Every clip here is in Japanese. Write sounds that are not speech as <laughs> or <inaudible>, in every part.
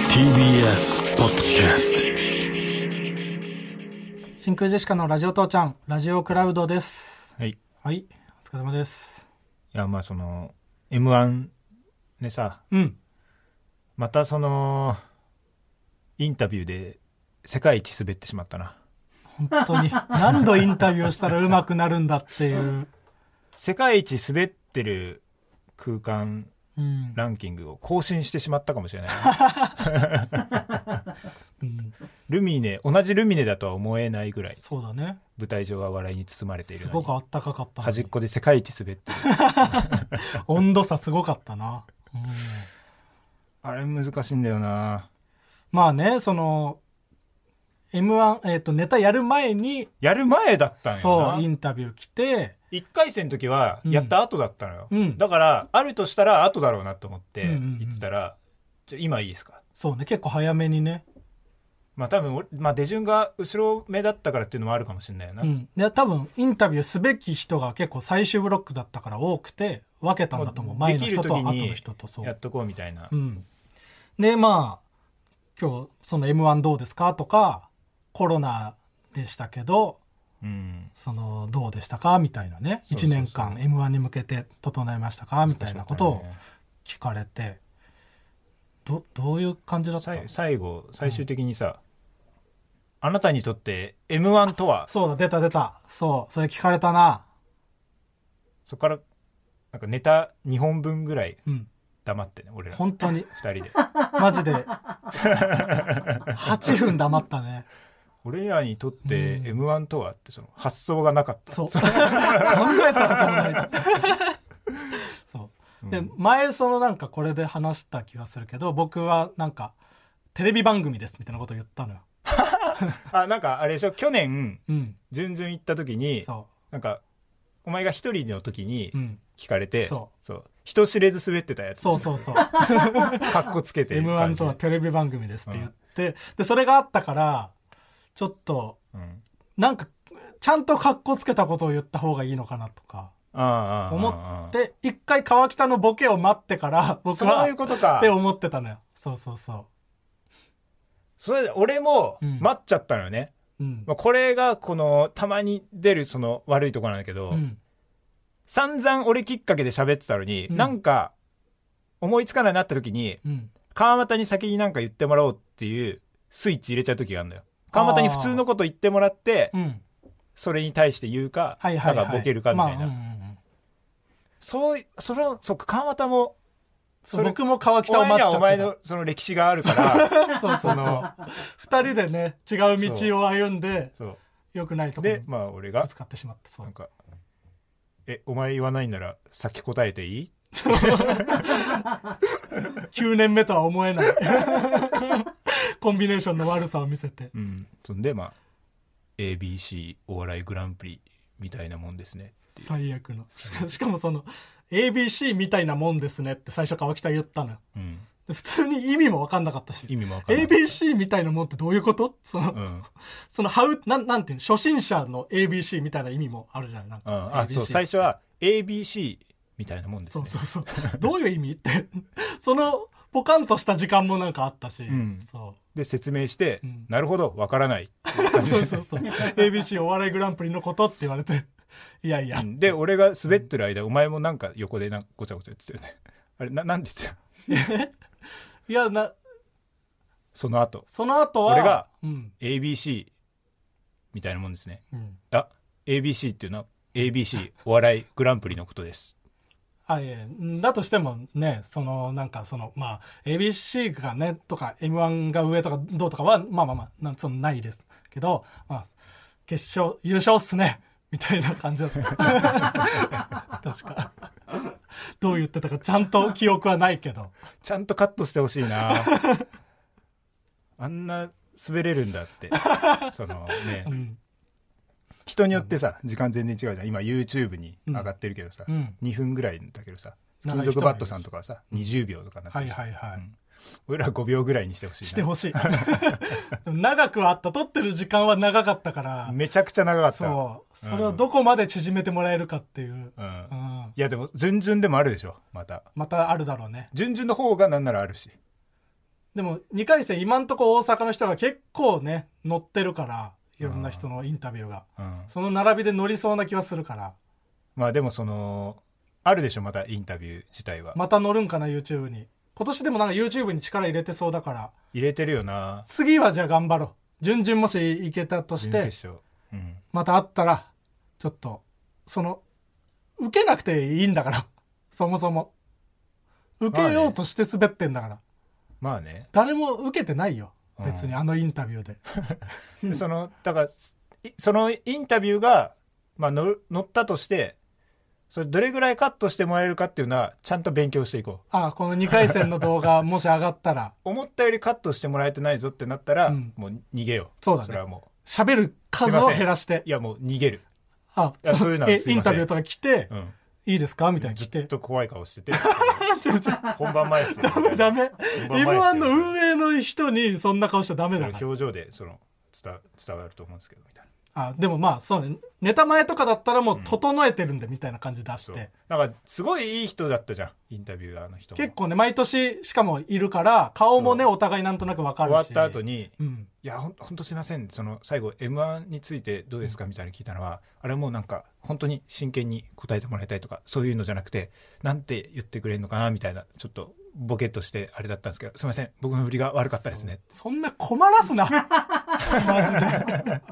TBS ポッドキャス真空ジェシカのラジオ父ちゃんラジオクラウドですはい、いはいお疲れ様ですやまあその m 1でさうんまたそのインタビューで世界一滑ってしまったな本当 <laughs> に何度インタビューしたら上手くなるんだっていう、世界一滑ってる空間うんランキングを更新してしまったかもしれないね、 <laughs> うん、ルミネ同じルミネだとは思えないぐらいそうだね舞台上は笑いに包まれているすのごにくあったかかった端っこで世界一滑ってる温度差すごかったな、うん、あれ難しいんだよなまあねその m 1、えっとネタやる前にやる前だったんよなそうインタビュー来て、 1回戦の時はやった後だったのよ、うんだからあるとしたら後だろうなと思ってうんうんうん言ってたら「ちょ今いいですか?そうね結構早めにね、」まあ多分俺、まあ、手順が後ろ目だったからっていうのもあるかもしれないよな、うん、いや多分インタビューすべき人が結構最終ブロックだったから多くて分けたんだと思うもう前でのきる人と時後のに人とそうやっとこうみたいな、うん、でまあ今日その m 1どうですかとかコロナでしたけどうんそのどうでしたかみたいなねそうそ1うそう年間 m 1に向けて整えましたかみたいなことを聞かれてどどういう感じだったさい最後最終的にさ、あなたにとって m 1とはそうだ出た出たそうそれ聞かれたなそこからなんかネタ2本分ぐらいうん黙ってね俺ら2本当に人で <laughs> マジで8分黙ったね俺らにとってうん m 1とはってその発想がなかった <laughs> そう考えたこともないそううんで前そのなんかこれで話した気がするけど僕はなんかテレビ番組ですみたいなことを言ったのよ。あなんかあれでしょ去年うん、順々行った時にそなんかお前が一人の時にう、うん、聞かれて、そ人知れず滑 <laughs> ってたやつそうそうそう。かっこつけて m 1とは感じテレビ番組ですって言って、でそれがあったからちょっとうんなんかちゃんとかっこつけたことを言った方がいいのかなとかああああ思っあて一回川北のボケを待って <laughs> からあ僕そはういうことかって思ってたのよ。そうそうそそれで俺もうん待っちゃったのよね、う。うんまあ、これがこのたまに出るその悪いところなんだけど、うん散々俺きっかけで喋ってたのに、うんなんか思いつかないなった時にうん川又に先になんか言ってもらおうっていうスイッチ入れちゃう時があるのよ川又に普通のこと言ってもらってうんそれに対して言うか、はいはいは。ないんかボケるかみたいまあな、うんうんうんそうい、それは、そっか、川端も、そうれ僕も川北おを前待にっはちゃお前っのその歴史があるから、てた。 <laughs> そうそうそう。二人でね、違う道を歩んで、そ良くないとこう。ろにで、まあ俺ぶがつ、かってしまって、そなんう。か、え、お前言わないなら先答えていい9年目とは思えない。 <laughs> コンビネーションの悪さを見せて。うん。そんで、まあ、ABC お笑いグランプリみたいなもんですね。最悪の。しかしかもその、ABC みたいなもんですねって最初川北言ったのよ。うん。で普通に意味も分かんなかったし。意味もわからない。 ABC みたいなもんってどういうことその、うん。その、ハウ、なん、なんていうの、初心者の ABC みたいな意味もあるじゃないなんうか。ん、あ、 ABC そう、最初は ABC みたいなもんですそねう。そうそう。どういう意味って。その、ポカンとした時間もなんかあったし。んそで、説明してうん、なるほど、わからない。う。そうそうそう。ABC お笑いグランプリのことって言われて。いやいやう。んで、俺が滑ってる間、お前もなんか横でなんかごちゃごちゃ言ってたよね。 <laughs> あれ、な、なんて言ってたいや、な、その後。その後は。俺がうん。 ABC みたいなもんですねうん。あ ABC っていうのは ABC お笑いグランプリのことですあ、いやいやんだとしてもね、その、なんかその、まあ、ABC がね、とか、M1 が上とか、どうとかは、まあまあまあ、なんそのないです。けど、まあ、決勝、優勝っすねみたいな感じだった。 <laughs> 確か。どう言ってたか、ちゃんと記憶はないけど。ちゃんとカットしてほしいな <laughs> あんな滑れるんだってそのねうん。人によってさ時間全然違うじゃん今 YouTube に上がってるけどさ、うん。 2分ぐらいだけどさ長い人も金いるし属バットさんとかはさ20秒とかなってはるいじゃんはいはい。俺ら5秒ぐらいにしてほしいなしてほしい。でも長くはあった。撮ってる時間は長かったから。めちゃくちゃ長かったそう。それをどこまで縮めてもらえるかっていう。うんうん。いやでも順々でもあるでしょまたまたあるだろうね。順々の方がなんならあるしでも2回戦今んとこ大阪の人が結構ね乗ってるからいろんな人のインタビューがうん、その並びで乗りそうな気はするからまあでもそのあるでしょまたインタビュー自体は、また乗るんかな YouTube に今年でもなんか YouTube に力入れてそうだから入れてるよな次はじゃあ頑張ろう準々もし行けたとし準て決勝、うん、またあったらちょっとその受けなくていいんだから <laughs> そもそも受けようとして滑ってんだから、まあね誰も受けてないようん別にあのインタビューで、でそのだからいそのインタビューが、まあ、乗る乗ったとしてそれどれぐらいカットしてもらえるかっていうのはちゃんと勉強していこうああこの2回戦の動 <laughs> 画もし上がったら思ったよりカットしてもらえてないぞってなったら、うんもう逃げようそうだねそれはも喋る数を減らしてういやもう逃げる、あいやそういうのはえすイいンませタんビューとか来て、うん、いいですかみたいにず来ってと怖い顔してて <laughs> ちょちょ本番前ですよダメ本 M1 の番前ですよ運営の人にそんな顔しちゃダメだから表情でその伝わ伝わると思うんですけどみたいなあでもまあそうねネタ前とかだったらもう整えてるんでみたいな感じ出しそうて、なんかすごいいい人だったじゃんインタビュアーの人も結構ね毎年しかもいるから顔もねそお互いなんとなく分か終るわしった後にうんいやほんほんとすいませんその最後 m 1についてどうですかみたいに聞いたのは、あれもうなんか本当に真剣に答えてもらいたいとかそういうのじゃなくてなんて言ってくれるのかなみたいなちょっとボケっとしてあれだったんですけどすいません僕の振りが悪かったですねそんな困らす <laughs> なマジで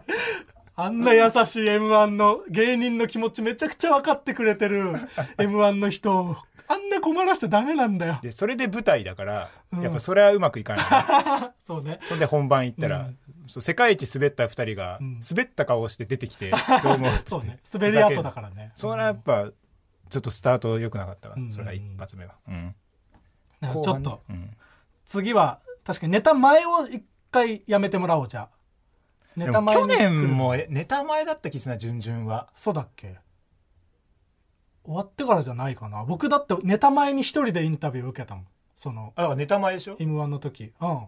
あんな優しい m 1の芸人の気持ちめちゃくちゃ分かってくれてる m 1の人あんな困らしちゃダメなんだよでそれで舞台だから、うんやっぱそれはうまくいかないそうねそんで本番行ったら、うんそう世界一滑った2人が、うん滑った顔をして出て <laughs> きてどうもそうね滑り跡だからねそれはやっぱちょっとスタート良くなかったわ、うんそれは一発目は、うんだから後ちょっ半ねとうん次は確かにネタ前を一回やめてもらおうじゃあネでタも前に去年もえネタ前だった気すな順々はそうだっけ終わってからじゃないかな僕だってネタ前に一人でインタビュー受けたもんそのあだからネタ前でしょ m 1の時うん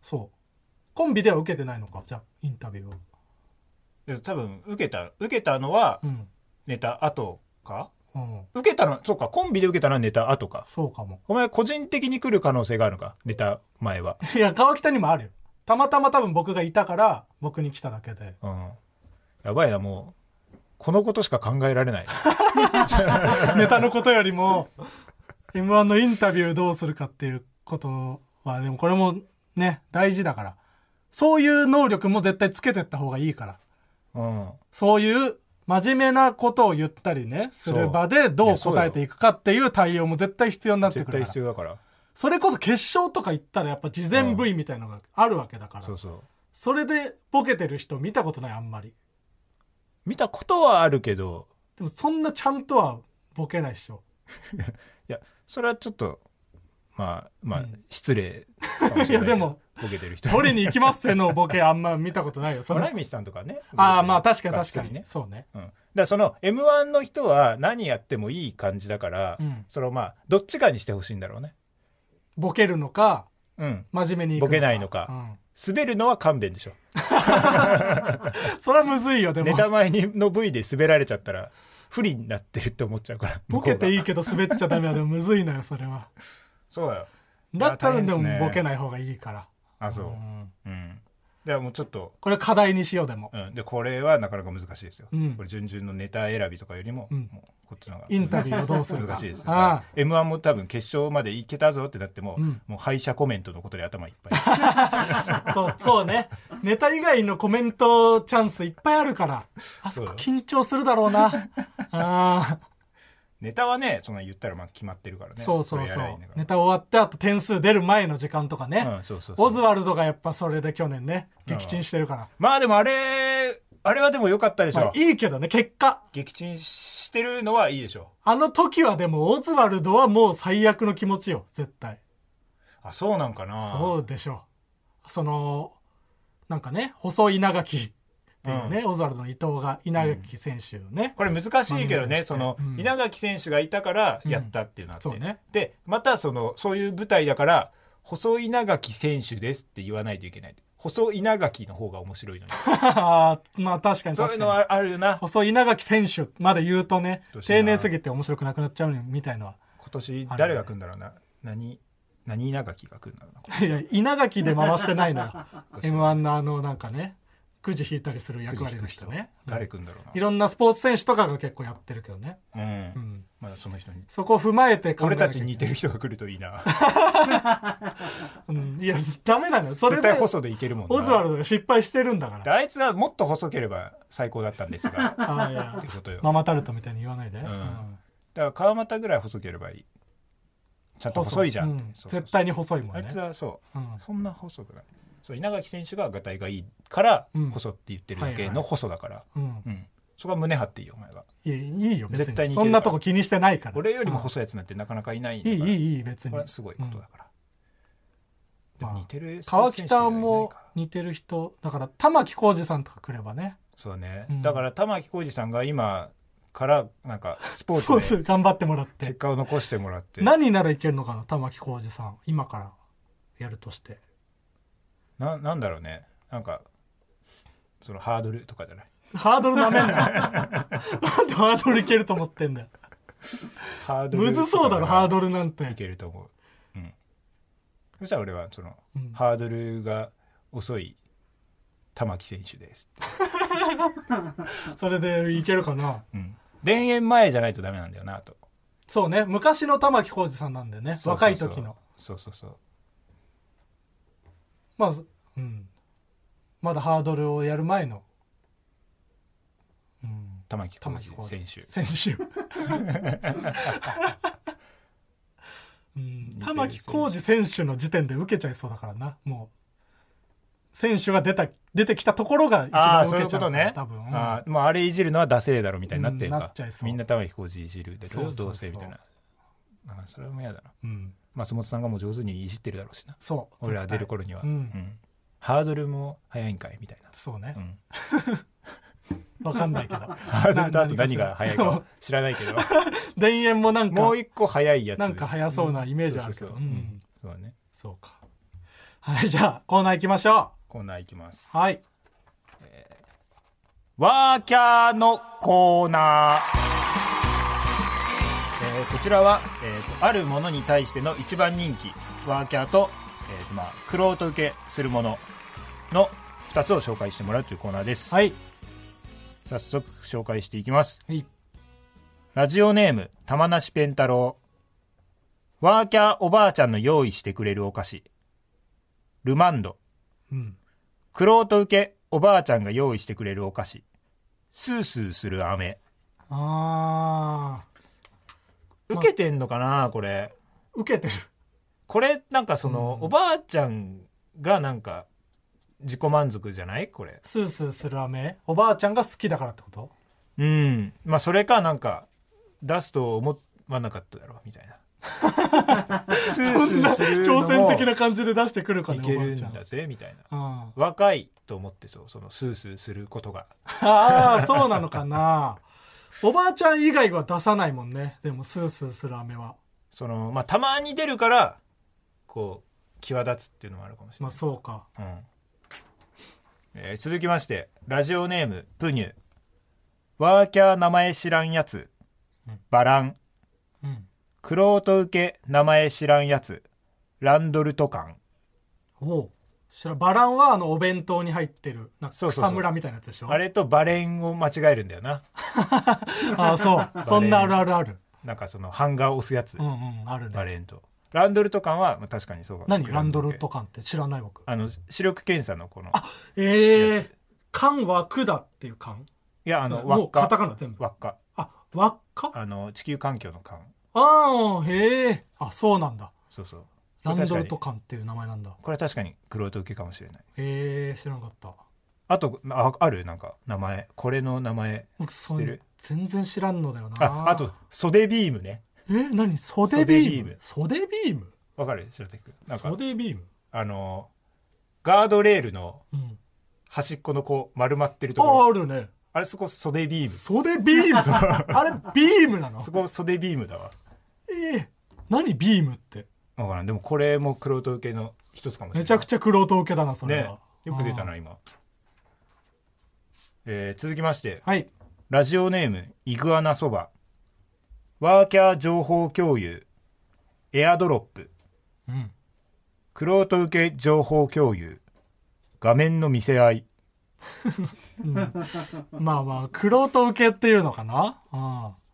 そうコンビでは受けてないのかじゃあインタビューをで多分受けた受けたのはうんネタ後かうん受けたのそうかコンビで受けたのはネタ後かそうかもお前個人的に来る可能性があるのかネタ前は、いや川北にもあるよたまたま多分僕がいたから僕に来ただけで <laughs> うん、やばいなもうこのことしか考えられないネタのことよりも m 1のインタビューどうするかっていうことはでもこれもね大事だからそういう能力も絶対つけてった方がいいからうんそういう真面目なことを言ったりねする場でどう答えていくかっていう対応も絶対必要になって絶くる対から必要だからそれこそ決勝とか行ったらやっぱ事前部位みたいのがあるわけだから、そうそうそれでボケてる人見たことないあんまり見たことはあるけどでもそんなちゃんとはボケないっしょいやそれはちょっとまあまあ、うん失礼かもしれないけどいやでもボケてる人取りに行きますせのボケあんま見たことないよそ村れ井さんとかねああまあ確かに確かがっつりにねそうねうん、だからその m 1の人は何やってもいい感じだから、うんそのまあどっちかにしてほしいんだろうねボケるのかうん真面目に行くボケないのか滑るのは勘弁でしょうんそれはむずいよでもネタ前にの部位で滑られちゃったら不利になってるって思っちゃうからボケていいいけど滑っちゃダメだでもむずいのよそれはそうだよだったらで大変ですもねボケない方がいいからあそううんうん、だからもうちょっと、これ課題にしようでもうん、でこれはなかなか難しいですよ、うんこれ順々のネタ選びとかよりも,、うんもうこっちの方がインタビューをどうするか難しいですよああ m 1も多分決勝までいけたぞってなっても、うんもう敗者コメントのことで頭いっぱ <laughs> いそう、そうね。ネタ以外のコメントチャンスいっぱいあるから。あそこそう緊張するだろうな。 <laughs> ああ、ネタはねその言ったらまあ決まってるからねそうそうこそれやりゃいいんうだか。らネタ終わって、あと点数出る前の時間とかうねん、。そうそうそうオズワルドがやっぱそれで去年ね、撃沈してるから。まあでもあれあれはでも良かったでしょ、まあ、いいけどね、結果。撃沈してるのはいいでしょあの時はでも、オズワルドはもう最悪の気持ちよ、絶対。あそうなんかなそうでしょう。その、なんかね、細い稲垣っていうね、オズワルドの伊藤が稲垣選手をね、これ難しいけどまあねしてその、うん稲垣選手がいたからやったっていうのあって、うんそうねでまたそのそういう舞台だから細い稲垣選手ですって言わないといけない細い稲垣の方が面白 <laughs> いのにあーまあ確かに確かに。そういうのはあるよな今細い稲垣選手まで言うとねどうして丁な寧すぎて面白くなくなっちゃうみたいのは年誰が来るんだろうな何何稲垣が来るんだろうなこ <laughs> いや稲垣で回してないのよ <laughs> れ m 1のあのなんかねくじ引いたりする役割の人ね誰来るんだろうないろんなスポーツ選手とかが結構やってるけどね、うんうん、まだその人にそこを踏まえて考え俺なきゃいけたちないに似てる人が来るといいなうん、いやダメなのよそれ絶で対細でいけるもんなオズワルドが失敗してるんだ <laughs> からであいつがもっと細ければ最高だったんです <laughs> があいやってことよだマかマタルトみたいに言わないで、んら川又ぐらい細ければいいちゃんと細いじゃん、うそうそう絶対に細いもんあねいつはそううんそんな細くない。そう稲垣選手ががたいがいいからうん細って言ってるはだいはいけの細だから、うん、うんそこは胸張っていいよお前がいやいいよ別に絶対にいけるそんなとこ気にしてないから俺よりも細いやつなんてなかなかいないんだいいかいらいいい別こにれはすごいことだから、でまあも似てるスポー川ツ選手が北いないもから似てる人だから玉置浩二さんとか来ればねそうね、うんだから玉置浩二さんが今からな <laughs> んかスポそうーそツうで頑張ってもらっ結て果を残してもらってな何ならいけるのかな玉置浩二さん今からやるとしてなんだろうねなんかそのハードルとかじゃないハードルなめん <laughs> ななんでハードルいけると思ってんだよハードルむずそうだろハードルなんいてけると思う、うん、そしたら俺はその、うんハードルが遅い玉木選手です、それでいけるかなうん、田園前じゃないとダメなんだよなとそうね昔の玉置浩二さんなんでねそうそ若いうそう時のそうそうそうまず、うん、まだハードルをやる前の、うん、玉木玉置浩浩二二選手選 <laughs> 手うん、玉置浩二選手の時点で受けちゃいそうだからなもう選手が出た出てきたところが一ああ番そう受いうけちゃこうからとね多分、うんあー、まあ、あれいじるのはダセえだろみたいになってるか、うんなっちゃいそうみんな玉置浩二いじるでしそうそょうそうどうせみたいなあーそれも嫌だなうん松本さんがもう上手にいじってるだろうしなそう俺ら出絶る対頃には、うんハードルも早いんかいみたいそうねな、わうん、かんないけどハードル <laughs> とあと何が <laughs> 早いそうか知らないけど田園もなんかもう一個早いやつなんか早そうなイメージあるけどそううそうそううんんそうだねそうかはいじゃあコーナー行きましょコーナーいきますうはいワーキャーのコーナーえーこちらは、えーとあるものに対しての一番人気ワーキャーと,、えーとまあ、クロート受けするものの2つを紹介してもらうというコーナーです、はい早速紹介していきますはいラジオネーム玉梨ペン太郎ワーキャーおばあちゃんの用意してくれるお菓子ルマンドうんクロート受けおばあちゃんが用意してくれるお菓子スースーする飴ああ受けてんのかなこれ受けてるこれなんかその、おばあちゃんがなんか自己満足じゃないこれスースーする飴おばあちゃんが好きだからってことうんまあそれかなんか出すと思わなかっただろうみ <laughs> たいなスースーするの挑戦も的な感じで出してくるかいねけおばるあんちゃんだぜみたいなあ若いと思ってそうそのスースーすることがあーそうなのかなおばあちゃん以外は出さないもんねでもスースーする飴はそのまあたまに出るからこう際立つっていうのもあるかもしれまなあい、そうかうんえー続きましてラジオネームプニュワーキャー名前知らんやつうんバランうんクロート受け名前知らんやつランドルト感おうそしたらバランはあのお弁当に入ってるなんかそうそうそう草むらみたいなやつでしょあれとバレンを間違えるんだよなああそうそんなあるあるあるなんかその版画を押すやつ、うんうんあるバねレンとランドルト感はまあ確かにそうか何ランドルト感缶って知らない僕あの視力検査のこのええやー、缶は管っていう缶いやああの輪もっうカタかカナ全部輪っかあ輪っかああの地球環境の感あーへえあそうなんだそうそうランドルトこれ確か缶っていう名前なんだにこれ確かにクロート受けかもしれないへえ知らなかったあとああるなんか名前これの名前僕そう知いってうのる全然知らんのだよなああと袖ビームねえー、何袖ビ袖ビーームム袖ビームわかる白手君なんか袖ビームあのガードレールのうん端っこのこう丸まってるとこあろあるねあれそこ袖ビーム袖ビーム <laughs> あれビームなのそこ袖ビームだわええ何ビームってわからんでもこれもクロート受けの一つかもしれないめちゃくちちゃ玄人受けだなそれは、ねよく出たあな今えー続きましてーはいラジオネームイグアナそばワーキャー情報共有エアドロップうん。クロート受け情報共有画面の見せ合いまあまあ、クロート受けっていうのかなう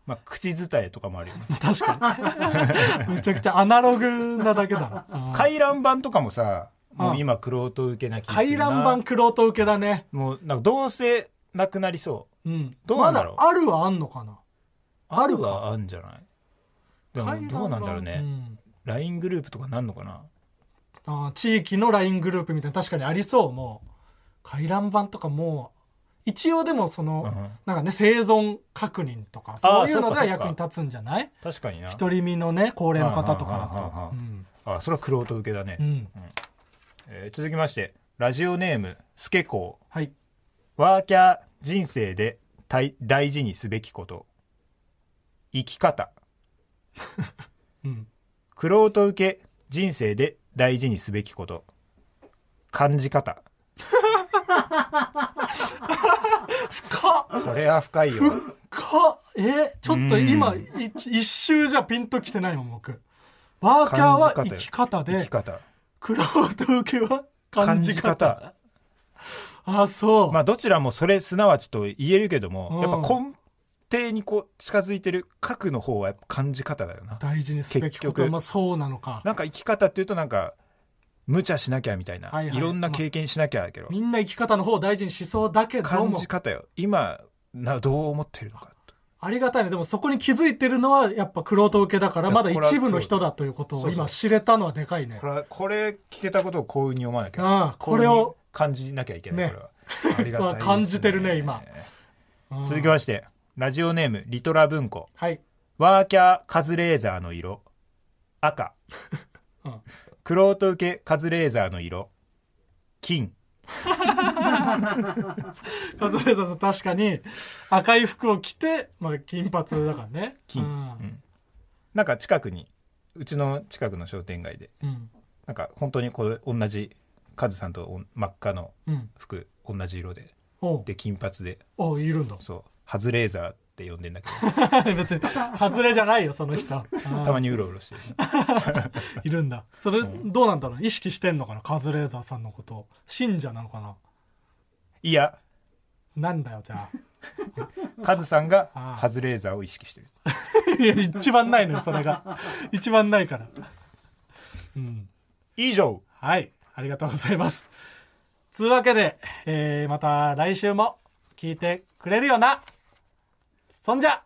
まあ口伝えとかもあるよねん。確か <laughs> に。めちゃくちゃアナログなだけだな。うん回覧板とかもさもあう今クロート受けな気がす回るな覧板クロート受けだね。もうなんかどうせなくなりそううん。どうなんだろうまだあるはあんのかなあるはあんじゃないでもどうなんだろ回覧板うねん LINE グループとかなんのかなあー地域の LINE グループみたいな確かにありそうもう回覧板とかもう一応でもその、うんなんかね生存確認とかあそーういうのがそうかそう役かに立つんじゃない確かにな独り身のね高齢の方とはあはあはあかはあだとうん、あそれはクロート受けだね、うん、えー続きましてラジオネームすけこうはいワーキャー人生で大大事にすべきこと生き方うんクロート受け人生で大事にすべきこと感じ方かこれは深いよかえちょっと今うんい一周じゃピンときてないもん僕ワーキャーは感生じ方よき方生でき方クロート受けは感じ方感じ方あそう、まあどちらもそれすなわちと言えるけども、うんやっぱ根底にこう近づいてる核の方はやっぱ感じ方だよな大事にすべきこと結は局まあそうなのかなんか生き方っていうとなんか無茶しなきゃみたいな、はいいはいろんな経験しなきゃだけど、みんな生き方の方を大事にしそうだけど感もじ方よ今などう思ってるのかとありがたいねでもそこに気づいてるのはやっぱ玄人受けだからだかまらだ一部の人だということそをうそう今知れたのはでかいねこれはこれ聞けたことを幸運に読まなきああゃこれを幸運に感じなきゃいけない、ね、これはありがたいです、ね <laughs> 感じてるね今うん続きましてラジオネームリトラ文庫はいワーキャーカズレーザーの色 <laughs> 赤うんクロート受けカズレーザーの色金カズレーザーさん確かに赤い服を着て、まあ、金髪だからね金、うんなんか近くにうちの近くの商店街でうんなんか本当にこれ同じカズさんとおん真っ赤のうん服同じ色でおうで金髪でおういるんだ <laughs> そうハズレーザーって呼んでんだけ別に外れじゃないよその人どたまにうろうろしてるいるんだそれどうなんだろう意識してんのかなカズレーザーさんのことを信者なのかないやなんだよじゃあ <laughs> カズさんがあーハズレーザーを意識してるいや一番ないのよそれが一番ないからうん以上はいありがとうございますつうわけで、えーまた来週も聞いてくれるよなそんじゃ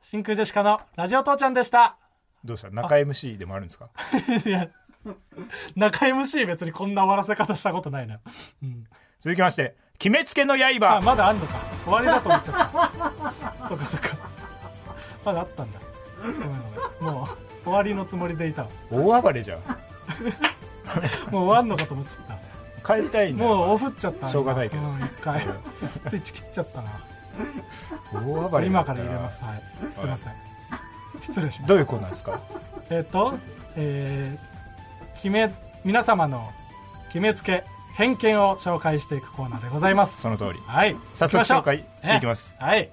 真空ジェシカのラジオ父ちゃんでしたどうした中 MC でもあるんですかいや中 MC 別にこんな終わらせ方したことないな、うん、続きまして決めつけのあ刃まだあんのか終わりだと思っちゃった <laughs> そっかそっかまだあったんだごめんごめんもう終わりのつもりでいたわ大暴れじゃんもう終わんのかと思っちゃった帰りたいんだよもうオフっちゃったしょうがないけどん一回 <laughs> スイッチ切っちゃったな大暴れにな今ったからな入れますはいすいません失礼しまどしういうコーナーですかたえっ、とえー、決め皆様の決めつけ偏見を紹介していくコーナーでございますその通りはい早行き速ましょう紹介していきますねはい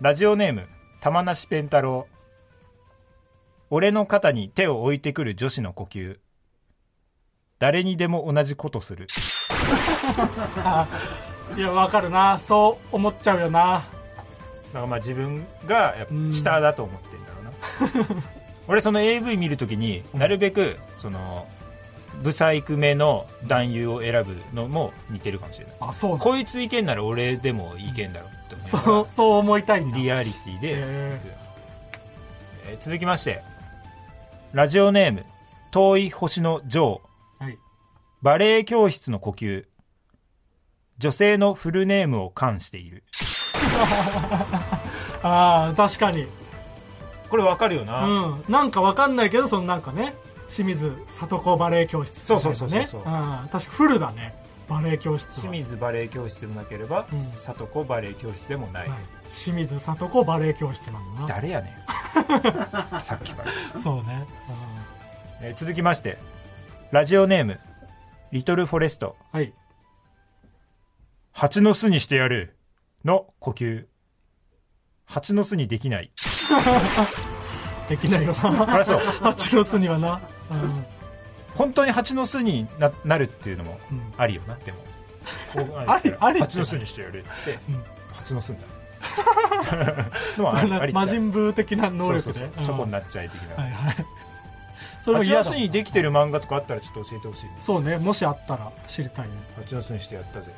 ラジオネーム玉梨ペンタロウ俺の肩に手を置いてくる女子の呼吸誰にでも同じことするいやわかるなそう思っちゃうよなだからまあ自分がやっぱうん下だと思ってんだろうな <laughs> 俺その AV 見るときになるべくそのブサイクめの男優を選ぶのも似てるかもしれないあそうなんだこいついけんなら俺でもいけんだろうって思いながらそう <laughs> そう思いたいんだリアリティで、へえー続きましてラジオネーム遠い星のジョーはいバレエ教室の呼吸女性のフルネームを冠しているあー確かにこれわかるよな、うん、なんかわかんないけどそのなんかね清水里子バレエ教室みたいなね、そうそうそうそうそうん確かフルだねバレエ教室は清水バレエ教室でもなければ、うん里子バレエ教室でもない、はい清水里子バレエ教室なんだ誰やね <laughs> んさっきから、なそうね、えー続きましてラジオネームリトルフォレストうんはい蜂の巣にしてやるの呼吸蜂の巣にできないできないよな <laughs> あらそう <laughs> 蜂の巣にはな、うん本当に蜂の巣にななるっていうのもうんありよな、でもこうなるありからありって蜂の巣にしてやるってうん蜂の巣に <laughs> なるでもあそんりあなりっちゃ魔人ブー的な能力そうそうでそうチョコにななっちゃい的な、はいはいそれも蜂嫌のだ巣にできてる漫画とかあったらちょっと教えてほしいそうねもしあったら知りたいね蜂の巣にしてやったぜ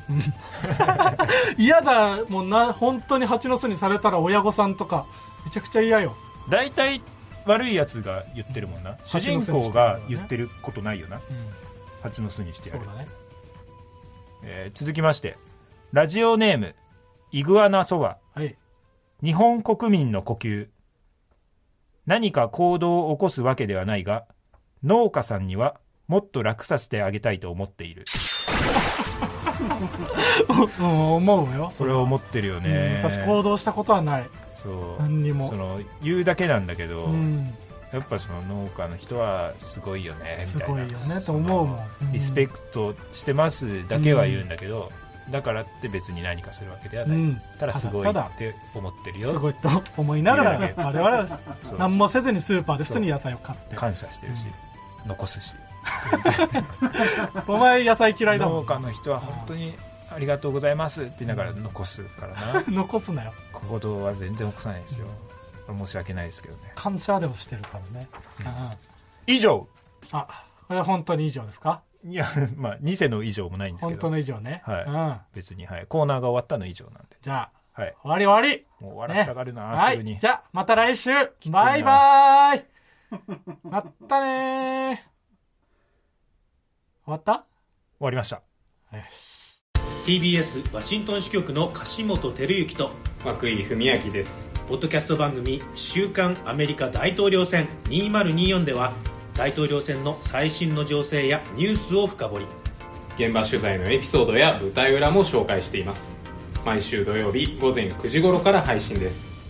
嫌だもんな本当に蜂の巣にされたら親御さんとかめちゃくちゃ嫌よ大体悪いやつが言ってるもんな主蜂の人巣にしてやる公が言ってることないよなうん蜂の巣にしてやそるう、だねえー続きましてラジオネームイグアナソワはい日本国民の呼吸何か行動を起こすわけではないが農家さんにはもっと楽させてあげたいと思っているうん思うよそれを思ってるよね、うん私行動したことはないそう何にもその言うだけなんだけど、うんやっぱその農家の人はすごいよねみたいなすごいよねと思うもんそのリスペクトしてますだけは言うんだけど、だからって別に何かするわけではうない、んただすごいたっだただて思ってるよすごいと思いながらいやいや我々はそう何もせずにスーパーで普通に野菜を買って感謝してるし、残すしお前野菜嫌いだも農ん家の人は本当にありがとうございますって言いながら残すから <laughs> な残すなよ行動は全然起こさないですよ申し訳ないですけどね感謝でもしてるからね、うん以上あこれは本当に以上ですかいやまあ偽の以上もないんですけ本当どの以上ね、はいうん、別に、はい、コーナーが終わったの以上なんでじゃあはい終わり終わりもう終わらせたがるな、すぐに、はい、じゃあまた来週いなバイバー <laughs> イまったねー終わった終わりました TBS ワシントン支局の樫本照之と涌井文明ですポッドキャスト番組「週刊アメリカ大統領選2024」では大統領選の最新の情勢やニュースを深掘り現場取材のエピソードや舞台裏も紹介しています毎週土曜日午前9時頃から配信です